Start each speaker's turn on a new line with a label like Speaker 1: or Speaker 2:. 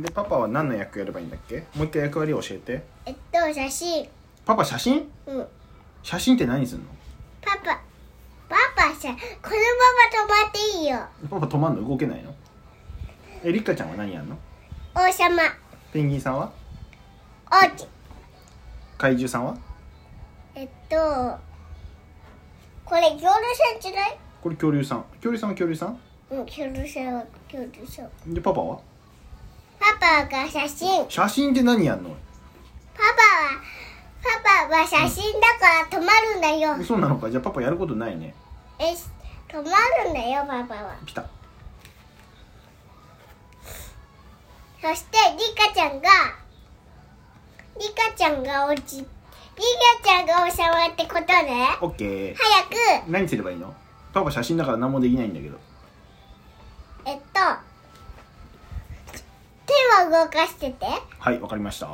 Speaker 1: でパパは何の役やればいいんだっけもう一回役割を教えて
Speaker 2: えっと写真
Speaker 1: パパ写真
Speaker 2: うん
Speaker 1: 写真って何するの
Speaker 2: パパパパさこのまま止まっていいよ
Speaker 1: パパ止まんの動けないのえりっかちゃんは何やんの
Speaker 2: 王様
Speaker 1: ペンギンさんは
Speaker 2: 王子
Speaker 1: 怪獣さんは
Speaker 2: えっとこれ恐竜さんじゃない
Speaker 1: これ恐竜さん恐竜さんは恐竜さん
Speaker 2: うん恐竜さんは恐竜さん
Speaker 1: でパパは
Speaker 2: パパが写真
Speaker 1: 写真って何やんの
Speaker 2: パパはパパは写真だから止まるんだよ
Speaker 1: そうなのかじゃあパパやることないね
Speaker 2: え止まるんだよパパは
Speaker 1: 来た
Speaker 2: そしてリカちゃんがリカちゃんがおじリカちゃんが王様ってことね
Speaker 1: オッケー
Speaker 2: 早く
Speaker 1: 何すればいいのパパ写真だから何もできないんだけど
Speaker 2: えっと手を動かしてて
Speaker 1: はいわかりました